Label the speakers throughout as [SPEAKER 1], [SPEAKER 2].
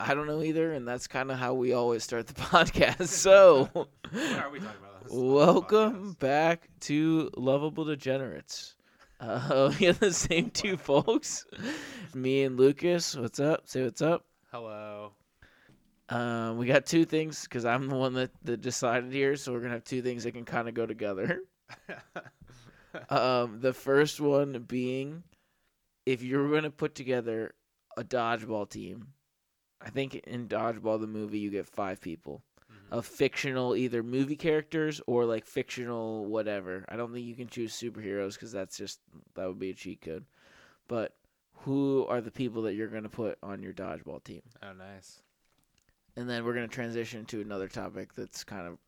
[SPEAKER 1] I don't know either, and that's kind of how we always start the podcast. So,
[SPEAKER 2] What are we talking about? This is not a
[SPEAKER 1] welcome
[SPEAKER 2] podcast.
[SPEAKER 1] back to Lovable Degenerates. Uh, we have the same two folks, me and Lucas. What's up? Say what's up.
[SPEAKER 2] Hello.
[SPEAKER 1] Um, we got two things because I'm the one that, that decided here, so we're gonna have two things that can kind of go together. Um, the first one being, if you were gonna put together a dodgeball team, I think in dodgeball the movie you get five people
[SPEAKER 2] Mhm.
[SPEAKER 1] of fictional either movie characters or like fictional whatever. I don't think you can choose superheroes because that's just that would be a cheat code. But who are the people that you're gonna put on your dodgeball team?
[SPEAKER 2] Oh, nice.
[SPEAKER 1] and then we're going to transition to another topic that's kind of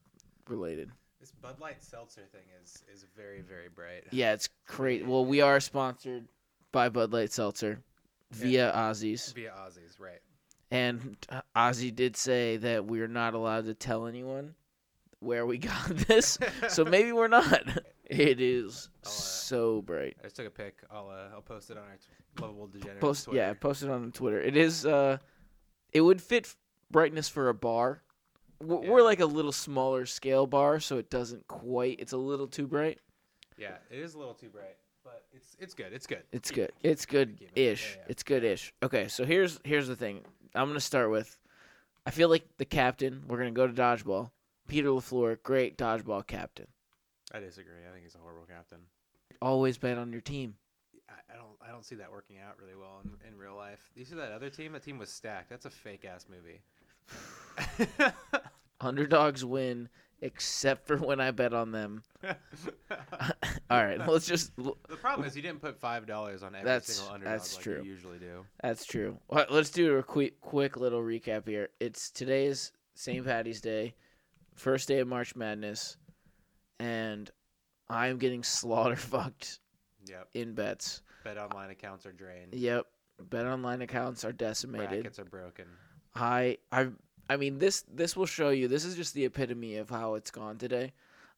[SPEAKER 1] related.
[SPEAKER 2] This Bud Light seltzer thing is is very very bright.
[SPEAKER 1] Yeah, it's great. Well, we are sponsored by Bud Light Seltzer via Ozzy's.
[SPEAKER 2] Via Aussies, right?
[SPEAKER 1] And uh, Ozzy did say that we're not allowed to tell anyone where we got this. so maybe we're not. It is
[SPEAKER 2] uh,
[SPEAKER 1] so bright.
[SPEAKER 2] I just took a pic. I'll uh, I'll post it on our t- lovable degenerate.
[SPEAKER 1] Post yeah,
[SPEAKER 2] Twitter.
[SPEAKER 1] post it on Twitter. It is uh it would fit brightness for a bar. We're we're
[SPEAKER 2] Yeah.
[SPEAKER 1] like a little smaller scale bar, so it doesn't quite. It's a little too bright.
[SPEAKER 2] Yeah, it is a little too bright, but it's it's good. It's good.
[SPEAKER 1] It's
[SPEAKER 2] Keep
[SPEAKER 1] good.
[SPEAKER 2] it.
[SPEAKER 1] It's good
[SPEAKER 2] keep it. Yeah,
[SPEAKER 1] ish.
[SPEAKER 2] yeah.
[SPEAKER 1] It's good ish. Okay, so here's here's the thing. I'm gonna start with. I feel like the captain. We're gonna go to dodgeball. Peter Lafleur, great dodgeball captain.
[SPEAKER 2] I disagree. I think he's a horrible captain.
[SPEAKER 1] Always been on your team.
[SPEAKER 2] I, I don't I don't see that working out really well in, in real life. You see that other team? That team was stacked. That's a fake ass movie.
[SPEAKER 1] Underdogs win, except for when I bet on them. All right, let's just.
[SPEAKER 2] the problem is you didn't put five dollars on every
[SPEAKER 1] That's-
[SPEAKER 2] single underdog
[SPEAKER 1] that's
[SPEAKER 2] like
[SPEAKER 1] true.
[SPEAKER 2] you usually do.
[SPEAKER 1] That's true. All right, let's do a quick quick little recap here. It's today's St. Patty's Day, first day of March Madness, and I'm getting slaughter fucked
[SPEAKER 2] Yep.
[SPEAKER 1] in bets.
[SPEAKER 2] Bet online accounts are drained.
[SPEAKER 1] Yep. Bet online accounts are decimated.
[SPEAKER 2] Brackets are broken.
[SPEAKER 1] I I I mean this this will show you this is just the epitome of how it's gone today.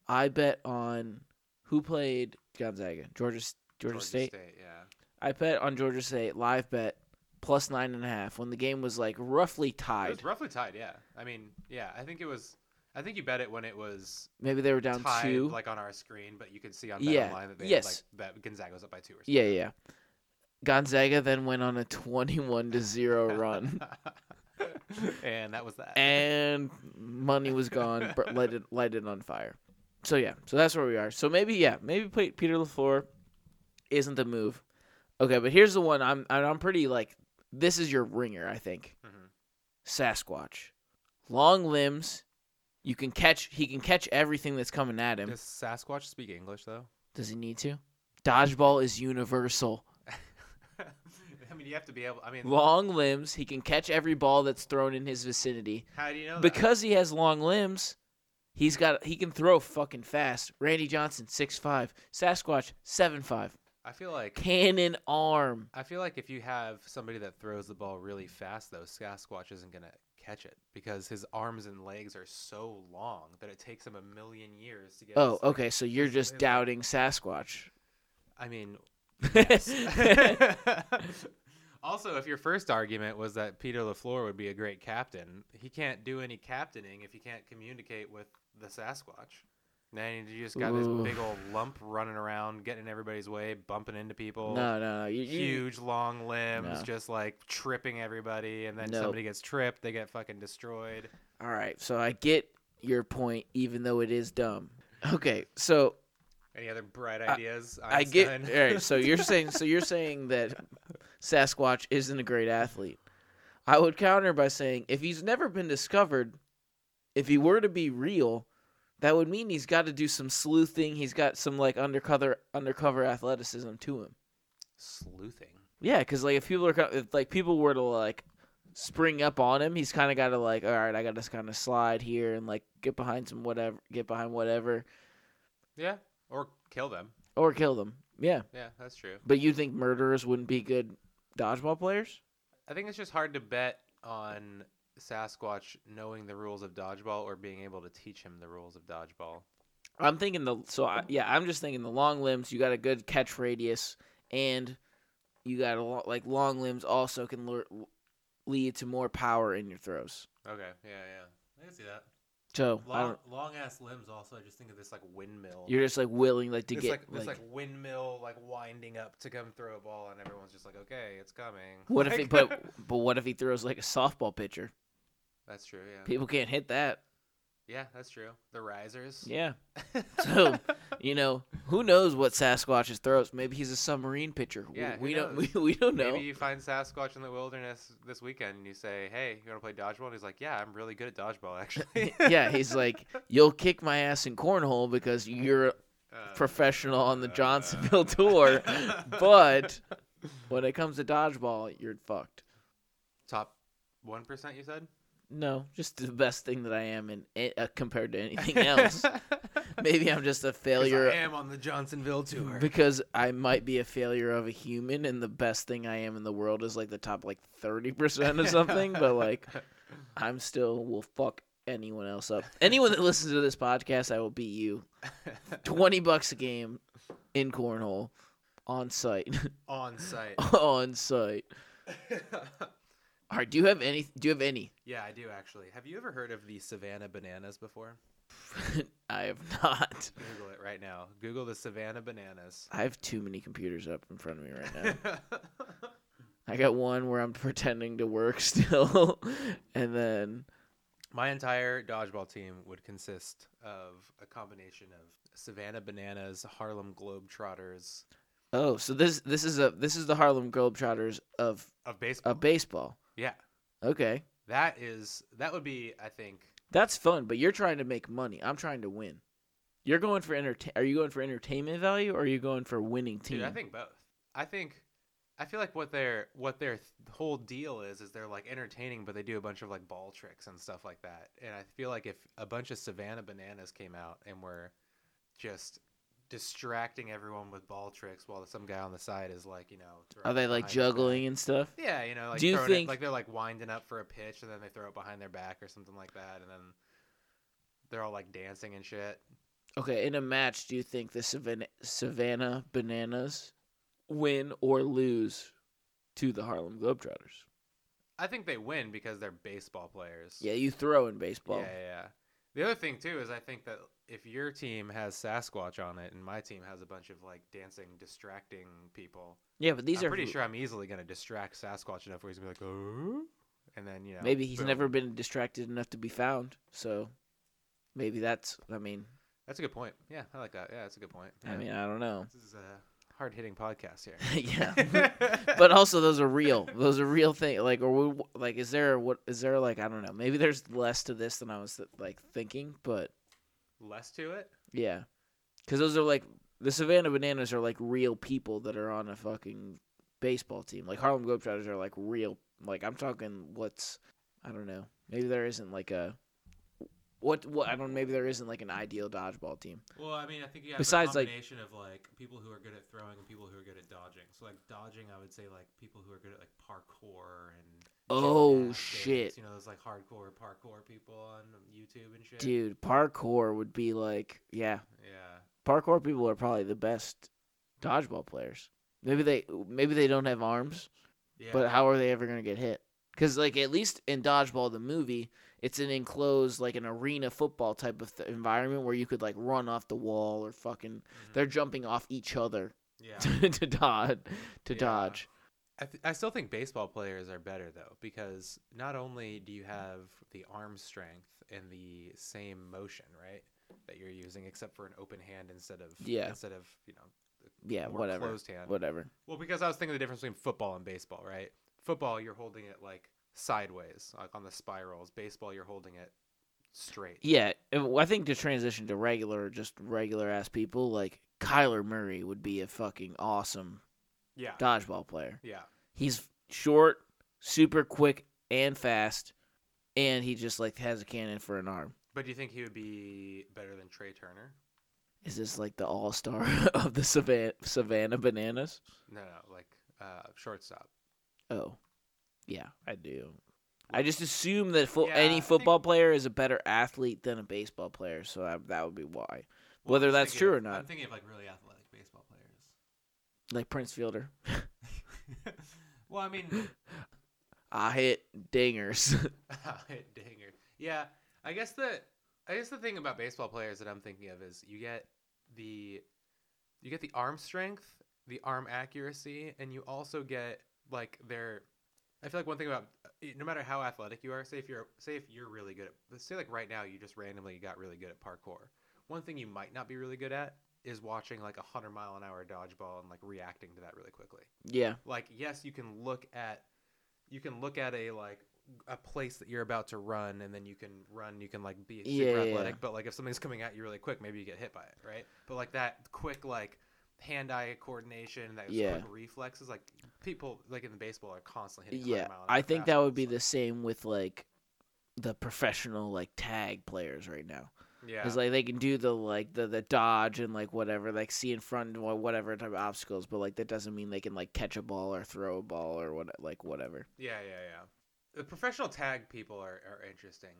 [SPEAKER 1] I bet on who played Gonzaga, Georgia S- Georgia, State.
[SPEAKER 2] yeah.
[SPEAKER 1] I bet on Georgia State live bet plus nine and a half when the game was like roughly
[SPEAKER 2] It
[SPEAKER 1] tied.
[SPEAKER 2] was roughly tied, yeah. I mean, yeah, I think it was I think you bet it when it was
[SPEAKER 1] Maybe they were down
[SPEAKER 2] tied
[SPEAKER 1] two.
[SPEAKER 2] like on our screen, but you could see on
[SPEAKER 1] Yeah,
[SPEAKER 2] Bet online that they
[SPEAKER 1] yes.
[SPEAKER 2] had, like bet Gonzaga was up by two or something.
[SPEAKER 1] yeah, yeah. Gonzaga then went on a twenty-one to zero run,
[SPEAKER 2] and that was that.
[SPEAKER 1] and money was gone, br- lighted lighted on fire. So yeah, so that's where we are. So maybe yeah, maybe play Peter Lafleur isn't the move. Okay, but here's the one I'm and I'm pretty like this is your ringer, I think.
[SPEAKER 2] Mhm.
[SPEAKER 1] Sasquatch. Long limbs. You can catch he can catch everything that's coming at him.
[SPEAKER 2] Does Sasquatch speak English though?
[SPEAKER 1] Does he need to? Dodgeball is universal.
[SPEAKER 2] I mean, you have to be able. I mean,
[SPEAKER 1] Long limbs, he can catch every ball that's thrown in his vicinity.
[SPEAKER 2] how do you know? that?
[SPEAKER 1] Because he has long limbs, he's got he can throw fucking fast. Randy Johnson, six five. Sasquatch, seven five.
[SPEAKER 2] I feel like
[SPEAKER 1] Cannon arm.
[SPEAKER 2] I feel like if you have somebody that throws the ball really fast, though, Sasquatch isn't gonna catch it because his arms and legs are so long that it takes him a million years to get.
[SPEAKER 1] Oh,
[SPEAKER 2] his-
[SPEAKER 1] okay. So you're just
[SPEAKER 2] it's-
[SPEAKER 1] doubting Sasquatch.
[SPEAKER 2] I mean.
[SPEAKER 1] Yes.
[SPEAKER 2] yes. also, if your first argument was that Peter Lafleur would be a great captain, he can't do any captaining if he can't communicate with the Sasquatch. Then you just got
[SPEAKER 1] Ooh.
[SPEAKER 2] this big old lump running around, getting in everybody's way, bumping into people.
[SPEAKER 1] no, no, no. You, you-
[SPEAKER 2] huge long limbs
[SPEAKER 1] No.
[SPEAKER 2] just like tripping everybody and then
[SPEAKER 1] Nope.
[SPEAKER 2] somebody gets tripped they get fucking destroyed
[SPEAKER 1] All right. So I get your point, even though it is dumb. Okay. So
[SPEAKER 2] any other bright ideas
[SPEAKER 1] I get. All
[SPEAKER 2] Einstein?
[SPEAKER 1] right. So you're saying. So you're saying that Sasquatch isn't a great athlete. I would counter by saying if he's never been discovered, if he were to be real, that would mean he's got to do some sleuthing. He's got some like undercover undercover athleticism to him.
[SPEAKER 2] sleuthing
[SPEAKER 1] Yeah, because like if people are co- if, like people were to like spring up on him, he's kind of got to like all right, I got to kind of slide here and like get behind some whatever, get behind whatever,
[SPEAKER 2] yeah or kill them
[SPEAKER 1] or kill them. Yeah,
[SPEAKER 2] yeah that's true
[SPEAKER 1] but you think murderers wouldn't be good dodgeball players?
[SPEAKER 2] i think it's just hard to bet on sasquatch knowing the rules of dodgeball or being able to teach him the rules of dodgeball
[SPEAKER 1] I'm thinking the so I, yeah, I'm just thinking the long limbs. You got a good catch radius, and you got a lot like long limbs also can lure, lead to more power in your throws.
[SPEAKER 2] Okay, yeah, yeah. I can see that.
[SPEAKER 1] So I
[SPEAKER 2] Long,
[SPEAKER 1] don't,
[SPEAKER 2] long ass limbs. Also, I just think of this like windmill.
[SPEAKER 1] you're just like willing like to
[SPEAKER 2] it's
[SPEAKER 1] get
[SPEAKER 2] like,
[SPEAKER 1] like,
[SPEAKER 2] this like windmill like winding up to come throw a ball, and everyone's just like, okay, it's coming.
[SPEAKER 1] what if he
[SPEAKER 2] Like-
[SPEAKER 1] but but what if he throws like a softball pitcher?
[SPEAKER 2] that's true. Yeah.
[SPEAKER 1] People can't hit that.
[SPEAKER 2] yeah, that's true. The risers.
[SPEAKER 1] Yeah. So, You know who knows what Sasquatch's throws? Maybe he's a submarine pitcher. We-
[SPEAKER 2] Yeah, who
[SPEAKER 1] we, don't
[SPEAKER 2] knows?
[SPEAKER 1] we, we don't know.
[SPEAKER 2] Maybe you find Sasquatch in the wilderness this weekend and you say, Hey, you want to play dodgeball? And he's like, Yeah, I'm really good at dodgeball, actually.
[SPEAKER 1] yeah, he's like, you'll kick my ass in cornhole because you're
[SPEAKER 2] Uh,
[SPEAKER 1] professional on the
[SPEAKER 2] uh,
[SPEAKER 1] Johnsonville tour, but when it comes to dodgeball, you're fucked.
[SPEAKER 2] top 1%, you said?
[SPEAKER 1] No, just the best thing that I am in eh, uh, compared to anything else. Maybe I'm just a
[SPEAKER 2] 'Cause I
[SPEAKER 1] failure
[SPEAKER 2] am on the Johnsonville tour.
[SPEAKER 1] because I might be a failure of a human, and the best thing I am in the world is like the top like thirty percent of something. but like, I'm still will fuck anyone else up. Anyone that listens to this podcast, I will beat you. Twenty bucks a game in cornhole on site.
[SPEAKER 2] on site.
[SPEAKER 1] on site. All right. Do you have any? Do you have any?
[SPEAKER 2] yeah, I do actually. Have you ever heard of the Savannah bananas before?
[SPEAKER 1] I have not.
[SPEAKER 2] Google it right now. Google the Savannah bananas.
[SPEAKER 1] I have too many computers up in front of me right now. I got one where I'm pretending to work still, and then
[SPEAKER 2] My entire dodgeball team would consist of a combination of Savannah bananas, Harlem Globetrotters
[SPEAKER 1] oh, so this this is a this is the Harlem Globetrotters of
[SPEAKER 2] of baseball.
[SPEAKER 1] of baseball.
[SPEAKER 2] yeah,
[SPEAKER 1] Okay,
[SPEAKER 2] that is that would be I think
[SPEAKER 1] that's fun, but you're trying to make money. I'm trying to win. You're going for entertain. Are you going for entertainment value, or are you going for winning team?
[SPEAKER 2] Dude, I think both. I think I feel like what their what their th- whole deal is is they're like entertaining, but they do a bunch of like ball tricks and stuff like that. And I feel like if a bunch of Savannah bananas came out and were just distracting everyone with ball tricks while some guy on the side is like, you know,
[SPEAKER 1] Are
[SPEAKER 2] throwing
[SPEAKER 1] they
[SPEAKER 2] it
[SPEAKER 1] like
[SPEAKER 2] behind their back.
[SPEAKER 1] juggling and stuff?
[SPEAKER 2] Yeah, you know, like
[SPEAKER 1] Do you
[SPEAKER 2] throwing
[SPEAKER 1] think-
[SPEAKER 2] it, like they're like winding up for a pitch and then they throw it behind their back or something like that, and then they're all like dancing and shit.
[SPEAKER 1] Okay, in a match, do you think the Savannah, Savannah Bananas win or lose to the Harlem Globetrotters?
[SPEAKER 2] I think they win because they're baseball players.
[SPEAKER 1] Yeah, you throw in baseball.
[SPEAKER 2] Yeah, yeah, yeah. The other thing too is I think that if your team has Sasquatch on it and my team has a bunch of like dancing, distracting people,
[SPEAKER 1] Yeah, but these
[SPEAKER 2] I'm
[SPEAKER 1] are
[SPEAKER 2] pretty sure I'm easily gonna distract Sasquatch enough where he's gonna be like, oh, and then you know
[SPEAKER 1] maybe he's
[SPEAKER 2] boom.
[SPEAKER 1] never been distracted enough to be found. So maybe that's. I mean,
[SPEAKER 2] That's a good point. Yeah, I like that. Yeah, that's a good point.
[SPEAKER 1] I
[SPEAKER 2] Yeah.
[SPEAKER 1] mean, I don't know.
[SPEAKER 2] this is a hard hitting podcast here.
[SPEAKER 1] yeah, but uh, also those are real. Those are real thing. Like, or we, like, is there what is there like? I don't know. Maybe there's less to this than I was like thinking, but
[SPEAKER 2] less to it.
[SPEAKER 1] Yeah. Because those are like, the Savannah Bananas are like real people that are on a fucking baseball team. Like Harlem Globetrotters are like real, like I'm talking what's, I don't know. Maybe there isn't like a, what, what, I don't, maybe there isn't like an ideal dodgeball team.
[SPEAKER 2] Well, I mean, I think you have
[SPEAKER 1] Besides,
[SPEAKER 2] a
[SPEAKER 1] like-
[SPEAKER 2] combination of like people who are good at throwing and people who are good at dodging. So like dodging, I would say like people who are good at like parkour and
[SPEAKER 1] Oh,
[SPEAKER 2] gymnastics,
[SPEAKER 1] shit.
[SPEAKER 2] You know those like hardcore parkour people on YouTube and shit.
[SPEAKER 1] Dude, parkour would be like, yeah,
[SPEAKER 2] Yeah.
[SPEAKER 1] parkour people are probably the best dodgeball players. Maybe they, maybe they don't have arms.
[SPEAKER 2] Yeah.
[SPEAKER 1] But how are they ever going to get hit? Because like at least in Dodgeball the movie, it's an enclosed like an arena football type of th- environment where you could like run off the wall or fucking
[SPEAKER 2] Mhm.
[SPEAKER 1] they're jumping off each other
[SPEAKER 2] yeah.
[SPEAKER 1] to, to dodge to
[SPEAKER 2] Yeah.
[SPEAKER 1] dodge.
[SPEAKER 2] I, th- I still think baseball players are better though because not only do you have the arm strength and the same motion, right, that you're using, except for an open hand instead of
[SPEAKER 1] Yeah.
[SPEAKER 2] instead of you know
[SPEAKER 1] Yeah,
[SPEAKER 2] more
[SPEAKER 1] whatever,
[SPEAKER 2] closed hand.
[SPEAKER 1] whatever.
[SPEAKER 2] Well, because I was thinking the difference between football and baseball, right? Football, you're holding it like sideways, like on the spirals. Baseball, you're holding it straight.
[SPEAKER 1] Yeah, and I think to transition to regular, just regular ass people like Kyler Murray would be a fucking awesome
[SPEAKER 2] Yeah.
[SPEAKER 1] dodgeball player.
[SPEAKER 2] Yeah.
[SPEAKER 1] He's short, super quick and fast, and he just like has a cannon for an arm.
[SPEAKER 2] But do you think he would be better than Trey Turner?
[SPEAKER 1] Is this like the all star of the Savannah, Savannah Bananas?
[SPEAKER 2] No, no, like uh, shortstop.
[SPEAKER 1] Oh, yeah, I do. I just assume that fo-
[SPEAKER 2] Yeah, I
[SPEAKER 1] any
[SPEAKER 2] think-
[SPEAKER 1] football player is a better athlete than a baseball player, so I, that would be why. Whether
[SPEAKER 2] I'm
[SPEAKER 1] that's
[SPEAKER 2] thinking
[SPEAKER 1] true
[SPEAKER 2] of-
[SPEAKER 1] or
[SPEAKER 2] I'm
[SPEAKER 1] not.
[SPEAKER 2] thinking of like really athletic baseball players.
[SPEAKER 1] Like Prince Fielder,
[SPEAKER 2] well, I mean,
[SPEAKER 1] I hit dingers.
[SPEAKER 2] dinger. Yeah, I guess the I guess the thing about baseball players that I'm thinking of is you get the you get the arm strength, the arm accuracy, and you also get like their. I feel like one thing about eh, no matter how athletic you are, say if you're say if you're really good at say like right now you just randomly got really good at parkour. One thing you might not be really good at is watching like a hundred mile an hour dodgeball and like reacting to that really quickly
[SPEAKER 1] yeah,
[SPEAKER 2] like yes you can look at you can look at a like a place that you're about to run and then you can run you can like be super
[SPEAKER 1] Yeah, yeah, yeah.
[SPEAKER 2] athletic but like if something's coming at you really quick maybe you get hit by it right but like that quick like hand-eye coordination that
[SPEAKER 1] Yeah.
[SPEAKER 2] quick reflexes like people like in the baseball are constantly hitting
[SPEAKER 1] yeah. I think that would be the same with like the professional like tag players right now.
[SPEAKER 2] the yeah
[SPEAKER 1] Because like they can do the like the, the dodge and like whatever, like see in front of wha- whatever type of obstacles, but like that doesn't mean they can like catch a ball or throw a ball or what like whatever.
[SPEAKER 2] yeah yeah yeah the professional tag people are, are interesting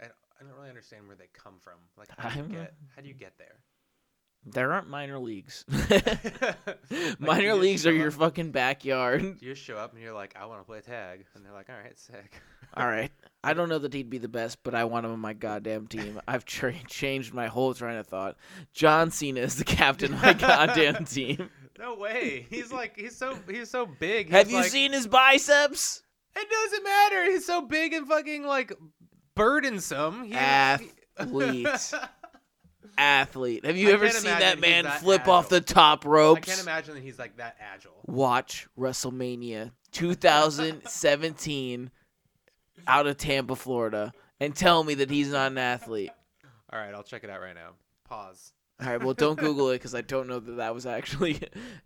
[SPEAKER 2] and i don't really understand where they come from like how do you
[SPEAKER 1] I'm-
[SPEAKER 2] get how do you get there
[SPEAKER 1] There aren't minor leagues.
[SPEAKER 2] Like, do you
[SPEAKER 1] minor
[SPEAKER 2] just
[SPEAKER 1] leagues are
[SPEAKER 2] show
[SPEAKER 1] your
[SPEAKER 2] up-
[SPEAKER 1] fucking backyard.
[SPEAKER 2] You just show up and you're like, I want to play tag, and they're like, all right, sick.
[SPEAKER 1] All right. I don't know that he'd be the best, but I want him on my goddamn team. I've tra- changed my whole train of thought. John Cena is the captain of my goddamn team.
[SPEAKER 2] No way. He's like, he's so he's so big. He's
[SPEAKER 1] Have you
[SPEAKER 2] like,
[SPEAKER 1] seen his biceps?
[SPEAKER 2] It doesn't matter. He's so big and fucking like burdensome. He,
[SPEAKER 1] Athlete. Athlete. Have you
[SPEAKER 2] I
[SPEAKER 1] ever
[SPEAKER 2] can't
[SPEAKER 1] seen
[SPEAKER 2] imagine
[SPEAKER 1] that
[SPEAKER 2] he's
[SPEAKER 1] man
[SPEAKER 2] that
[SPEAKER 1] flip off
[SPEAKER 2] agile.
[SPEAKER 1] the top
[SPEAKER 2] I
[SPEAKER 1] ropes?
[SPEAKER 2] can't imagine that he's like that agile.
[SPEAKER 1] Watch WrestleMania 2017 out of Tampa, Florida, and tell me that he's not an athlete.
[SPEAKER 2] All right, I'll check it out right now. Pause.
[SPEAKER 1] All right, well, don't Google it because I don't know that that was actually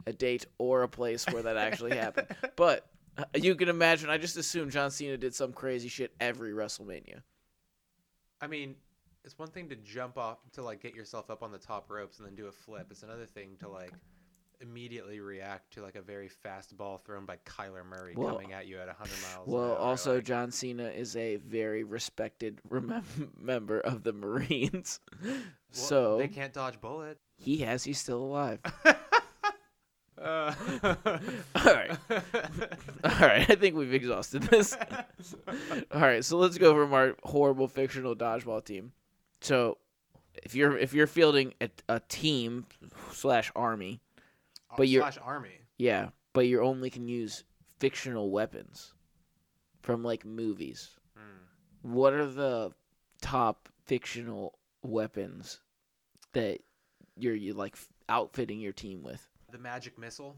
[SPEAKER 1] a date or a place where that actually happened. But uh, you can imagine, I just assume John Cena did some crazy shit every WrestleMania.
[SPEAKER 2] I mean, it's one thing to jump off to like get yourself up on the top ropes and then do a flip. It's another thing to like immediately react to like a very fast ball thrown by Kyler Murray
[SPEAKER 1] Well-
[SPEAKER 2] coming at you at 100 miles. an
[SPEAKER 1] Well,
[SPEAKER 2] hour,
[SPEAKER 1] also,
[SPEAKER 2] like-
[SPEAKER 1] John Cena is a very respected remem- member of the Marines.
[SPEAKER 2] Well,
[SPEAKER 1] so
[SPEAKER 2] they can't dodge bullets.
[SPEAKER 1] he has, he's still alive.
[SPEAKER 2] Uh,
[SPEAKER 1] All right. All right, I think we've exhausted this. All right, so let's go from our horrible fictional dodgeball team. So, if you're if you're fielding a, a team slash army, But you're-
[SPEAKER 2] slash army.
[SPEAKER 1] yeah, but you only can use fictional weapons from like movies.
[SPEAKER 2] Hmm.
[SPEAKER 1] What are the top fictional weapons that you're you like outfitting your team with?
[SPEAKER 2] The magic missile,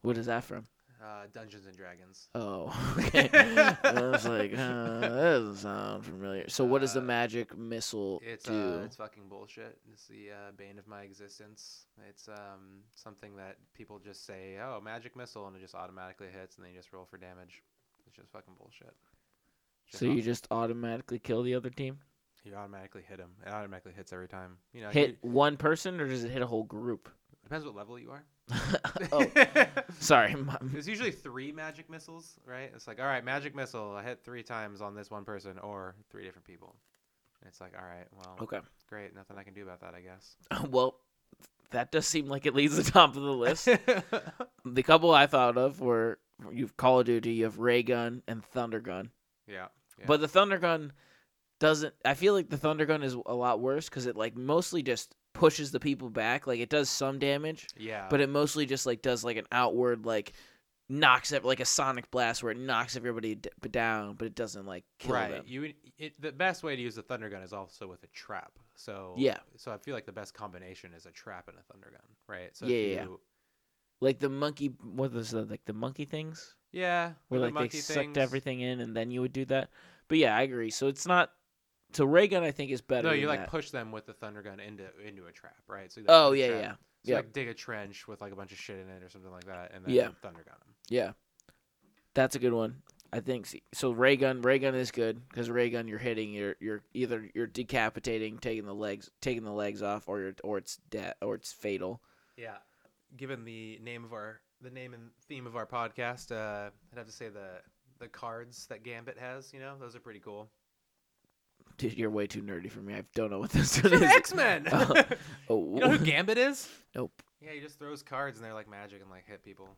[SPEAKER 1] What is that from?
[SPEAKER 2] uh, Dungeons and Dragons.
[SPEAKER 1] Oh, okay. I was like, uh, that doesn't sound familiar. So, what does the
[SPEAKER 2] Uh,
[SPEAKER 1] magic missile
[SPEAKER 2] It's
[SPEAKER 1] do?
[SPEAKER 2] uh, it's fucking bullshit. It's the uh, bane of my existence. It's um something that people just say, oh, magic missile, and it just automatically hits, and they just roll for damage. It's just fucking bullshit. Just
[SPEAKER 1] so you
[SPEAKER 2] au-
[SPEAKER 1] just automatically kill the other team?
[SPEAKER 2] you automatically hit him. It automatically hits every time. You know,
[SPEAKER 1] Hit
[SPEAKER 2] you-
[SPEAKER 1] one person, or does it hit a whole group?
[SPEAKER 2] depends what level you are.
[SPEAKER 1] oh, sorry. my-
[SPEAKER 2] There's usually three magic missiles, right? It's like, all right, magic missile. I hit three times on this one person or three different people. And it's like, all right, well,
[SPEAKER 1] Okay.
[SPEAKER 2] great. Nothing I can do about that, I guess.
[SPEAKER 1] Well, that does seem like it leads the top of the list. the couple I thought of were you've Call of Duty, you have Ray Gun and Thunder Gun.
[SPEAKER 2] yeah. yeah.
[SPEAKER 1] But the Thunder Gun doesn't. I feel like the Thunder Gun is a lot worse because it like mostly just pushes the people back. Like it does some damage,
[SPEAKER 2] yeah.
[SPEAKER 1] but it mostly just like does like an outward like knocks ev- like a sonic blast where it knocks everybody d- down, but it doesn't like kill
[SPEAKER 2] right.
[SPEAKER 1] them.
[SPEAKER 2] You would- it, the best way to use a thunder gun is also with a trap. So
[SPEAKER 1] Yeah.
[SPEAKER 2] So I feel like the best combination is a trap and a thunder gun, right? So
[SPEAKER 1] Yeah,
[SPEAKER 2] if
[SPEAKER 1] yeah, yeah.
[SPEAKER 2] you-
[SPEAKER 1] Like the monkey, what was that? Like the monkey things
[SPEAKER 2] yeah.
[SPEAKER 1] where
[SPEAKER 2] with the
[SPEAKER 1] like they
[SPEAKER 2] monkey
[SPEAKER 1] sucked
[SPEAKER 2] things-
[SPEAKER 1] everything in, and then you would do that. But yeah, I agree. So it's not. So ray gun, I think, is better.
[SPEAKER 2] No,
[SPEAKER 1] than
[SPEAKER 2] you like
[SPEAKER 1] that.
[SPEAKER 2] push them with the thunder gun into into a trap, right? So you, like,
[SPEAKER 1] Oh
[SPEAKER 2] put a
[SPEAKER 1] yeah,
[SPEAKER 2] trap-
[SPEAKER 1] yeah,
[SPEAKER 2] So
[SPEAKER 1] Yeah.
[SPEAKER 2] like dig a trench with like a bunch of shit in it or something like that, and then
[SPEAKER 1] Yeah.
[SPEAKER 2] thunder gun them.
[SPEAKER 1] yeah. That's a good one. I think so- so. Ray gun, ray gun is good because ray gun, you're hitting, you're you're either you're decapitating, taking the legs, taking the legs off, or you're, or it's dead, or it's fatal.
[SPEAKER 2] Yeah. Given the name of our the name and theme of our podcast, uh, I'd have to say the the cards that Gambit has. You know, those are pretty cool.
[SPEAKER 1] Dude, you're way too nerdy for me. I don't know what this one
[SPEAKER 2] You're
[SPEAKER 1] is.
[SPEAKER 2] the X Men.
[SPEAKER 1] Oh. Oh,
[SPEAKER 2] you know who Gambit is?
[SPEAKER 1] nope.
[SPEAKER 2] Yeah, he just throws cards and they're like magic and like hit people.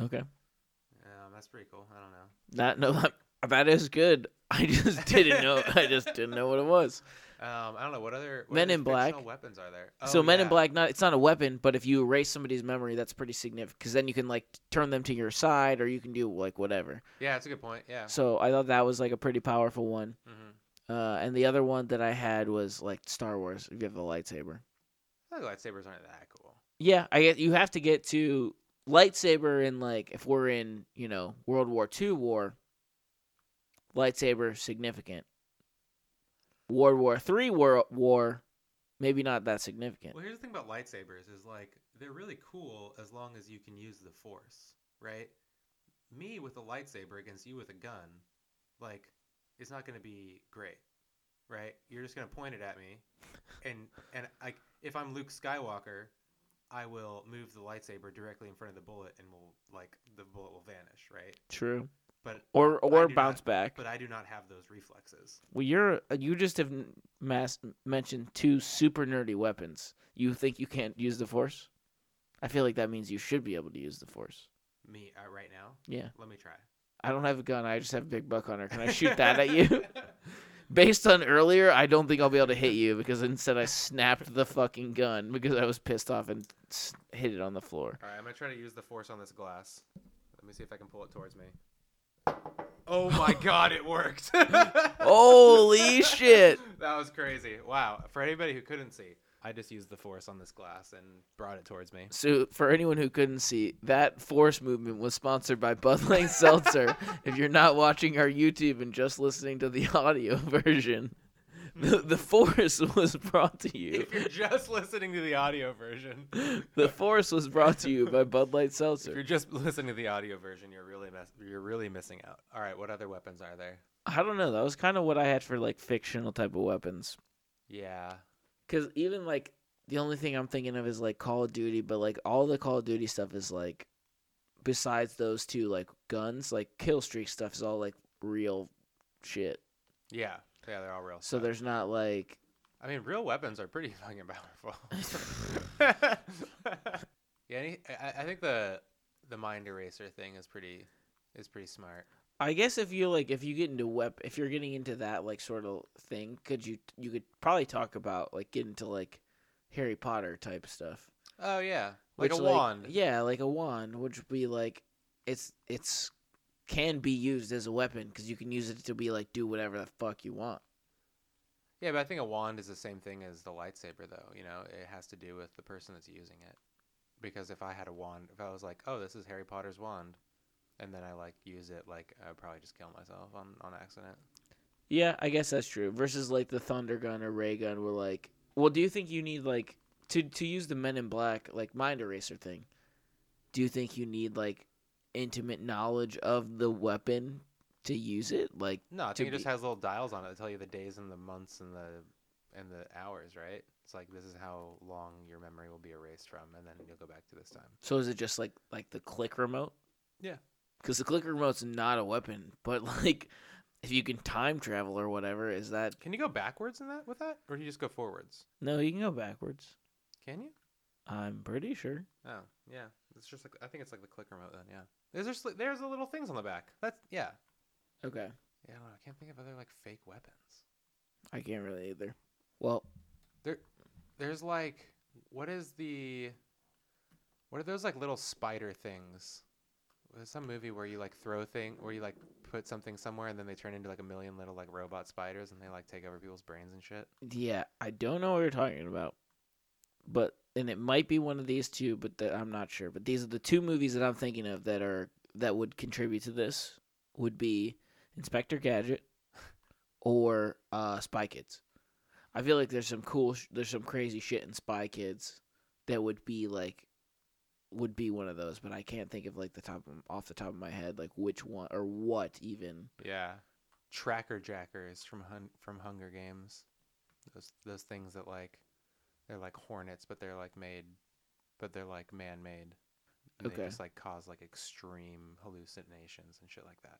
[SPEAKER 1] Okay.
[SPEAKER 2] Um, that's pretty cool. I don't know.
[SPEAKER 1] That no, that, that is good. I just didn't know. I just didn't know what it was.
[SPEAKER 2] Um, I don't know what other what
[SPEAKER 1] Men
[SPEAKER 2] other
[SPEAKER 1] in Black.
[SPEAKER 2] fictional weapons are there. Oh,
[SPEAKER 1] so Men in
[SPEAKER 2] yeah.
[SPEAKER 1] Black, not it's not a weapon, but if you erase somebody's memory, that's pretty significant because then you can like turn them to your side, or you can do like whatever.
[SPEAKER 2] Yeah, that's a good point. Yeah.
[SPEAKER 1] So I thought that was like a pretty powerful one.
[SPEAKER 2] Mm-hmm.
[SPEAKER 1] Uh, and the other one that I had was like Star Wars. If you have a lightsaber,
[SPEAKER 2] I feel like lightsabers aren't that cool.
[SPEAKER 1] yeah, I get you have to get to lightsaber in like if we're in you know World War II war. Lightsaber significant. World War Three war war, maybe not that significant.
[SPEAKER 2] Well, here's the thing about lightsabers is like they're really cool as long as you can use the force, right? Me with a lightsaber against you with a gun, like it's not going to be great, right? You're just going to point it at me, and and like if I'm Luke Skywalker, I will move the lightsaber directly in front of the bullet, and will like the bullet will vanish, right?
[SPEAKER 1] True.
[SPEAKER 2] But
[SPEAKER 1] Or or
[SPEAKER 2] do
[SPEAKER 1] bounce
[SPEAKER 2] not-
[SPEAKER 1] back.
[SPEAKER 2] but I do not have those reflexes.
[SPEAKER 1] Well, you're uh, you just have n- mass mentioned two super nerdy weapons. You think you can't use the force? I feel like that means you should be able to use the force.
[SPEAKER 2] Me uh, right now.
[SPEAKER 1] Yeah.
[SPEAKER 2] Let me try.
[SPEAKER 1] I don't have a gun. I just have a big buck on her. Can I shoot that at you? Based on earlier, I don't think I'll be able to hit you because instead I snapped the fucking gun because I was pissed off and s- hit it on the floor.
[SPEAKER 2] All right, I'm gonna try to use the force on this glass. Let me see if I can pull it towards me. Oh my god, it worked!
[SPEAKER 1] Holy shit.
[SPEAKER 2] That was crazy. Wow. For anybody who couldn't see, I just used the force on this glass and brought it towards me.
[SPEAKER 1] So, for anyone who couldn't see, that force movement was sponsored by Bud Light Seltzer. if you're not watching our YouTube and just listening to the audio version, the, the force was brought to you.
[SPEAKER 2] If you're just listening to the audio version,
[SPEAKER 1] The force was brought to you by Bud Light
[SPEAKER 2] if you're
[SPEAKER 1] Seltzer.
[SPEAKER 2] just listening to the audio version, you're really mess- you're really missing out. All right, what other weapons are there?
[SPEAKER 1] I don't know. That was kind of what I had for like fictional type of weapons.
[SPEAKER 2] Yeah.
[SPEAKER 1] Because even like the only thing I'm thinking of is like Call of Duty, but like all the Call of Duty stuff is like, besides those two like guns, like kill streak stuff is all like real shit.
[SPEAKER 2] Yeah. Yeah, they're all real.
[SPEAKER 1] So
[SPEAKER 2] stuff.
[SPEAKER 1] there's not like
[SPEAKER 2] I mean, real weapons are pretty fucking powerful. yeah, any, I, I think the the mind eraser thing is pretty is pretty smart.
[SPEAKER 1] I guess if you like if you get into web if you're getting into that like sort of thing, could you you could probably talk about like get into like Harry Potter type stuff.
[SPEAKER 2] Oh yeah, like
[SPEAKER 1] which,
[SPEAKER 2] a wand.
[SPEAKER 1] Yeah, like a wand, which would be like it's it's can be used as a weapon because you can use it to be like do whatever the fuck you want.
[SPEAKER 2] Yeah, but I think a wand is the same thing as the lightsaber, though. You know, it has to do with the person that's using it. Because if I had a wand, if I was like, "Oh, this is Harry Potter's wand," and then I like use it, like I would probably just kill myself on on accident.
[SPEAKER 1] Yeah, I guess that's true. Versus like the thunder gun or ray gun, were like, well, do you think you need like to to use the Men in Black like mind eraser thing? Do you think you need like intimate knowledge of the weapon to use it? Like,
[SPEAKER 2] No, I
[SPEAKER 1] To
[SPEAKER 2] think it just
[SPEAKER 1] be-
[SPEAKER 2] has little dials on it to tell you the days and the months and the and the hours, right? It's like this is how long your memory will be erased from, and then you'll go back to this time.
[SPEAKER 1] so is it just like like the click remote?
[SPEAKER 2] Yeah.
[SPEAKER 1] because the click remote's not a weapon, but like if you can time travel or whatever, is that
[SPEAKER 2] Can you go backwards in that with that, or do you just go forwards?
[SPEAKER 1] no? You can go backwards.
[SPEAKER 2] Can you?
[SPEAKER 1] I'm pretty sure.
[SPEAKER 2] Oh, yeah. It's just like I think it's like the click remote then. Yeah. There's just li- there's the little things on the back. That's yeah.
[SPEAKER 1] Okay,
[SPEAKER 2] Yeah, I, don't know, I can't think of other like fake weapons.
[SPEAKER 1] I can't really either. Well,
[SPEAKER 2] There's like what is the what are those like little spider things? There's some movie where you like throw thing where you like put something somewhere and then they turn into like a million little like robot spiders and they like take over people's brains and shit.
[SPEAKER 1] Yeah, I don't know what you're talking about, but and it might be one of these two, but the, I'm not sure. But these are the two movies that I'm thinking of that are that would contribute to this would be Inspector Gadget or uh, Spy Kids. I feel like there's some cool, sh- there's some crazy shit in Spy Kids that would be like would be one of those, but I can't think of like the top of, off the top of my head like which one or what even.
[SPEAKER 2] Yeah. Tracker jackers from hun- from Hunger Games. Those those things that like they're like hornets but they're like made but they're like man-made. And
[SPEAKER 1] Okay.
[SPEAKER 2] They just like cause like extreme hallucinations and shit like that.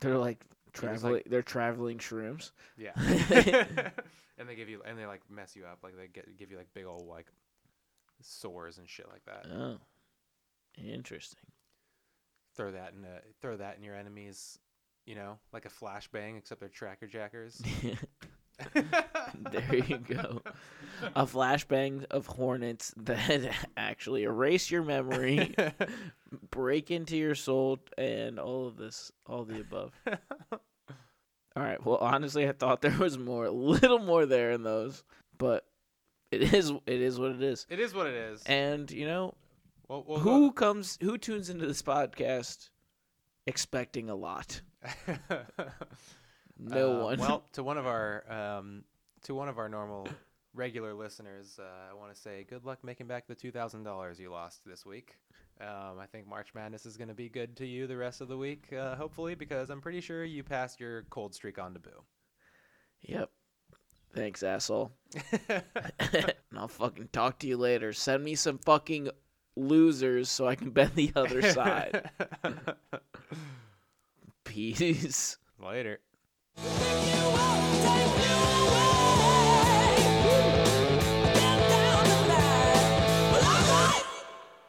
[SPEAKER 1] They're like
[SPEAKER 2] was like-
[SPEAKER 1] traveling. they're traveling shrooms.
[SPEAKER 2] Yeah. and they give you and they like mess you up, like they get give you like big old like sores and shit like that.
[SPEAKER 1] Oh, interesting.
[SPEAKER 2] Throw that in a, throw that in your enemies, you know, like a flashbang, except they're tracker jackers.
[SPEAKER 1] there you go. A flashbang of hornets that actually erase your memory, break into your soul, and all of this, all the above. All right. Well, honestly, I thought there was more, a little more there in those, but it is it is what it is.
[SPEAKER 2] It is what it is.
[SPEAKER 1] And you know
[SPEAKER 2] Well, well,
[SPEAKER 1] who comes, who tunes into this podcast expecting a lot?
[SPEAKER 2] well-
[SPEAKER 1] No
[SPEAKER 2] Uh,
[SPEAKER 1] one.
[SPEAKER 2] Well, to one of our um, to one of our normal regular listeners, uh, I want to say good luck making back the two thousand dollars you lost this week. Um, I think March Madness is going to be good to you the rest of the week, uh, hopefully, because I'm pretty sure you passed your cold streak on to
[SPEAKER 1] yep. Thanks, asshole.
[SPEAKER 2] Boo.
[SPEAKER 1] and I'll fucking talk to you later. Send me some fucking losers so I can bet the other side. Peace.
[SPEAKER 2] Later.
[SPEAKER 3] Thank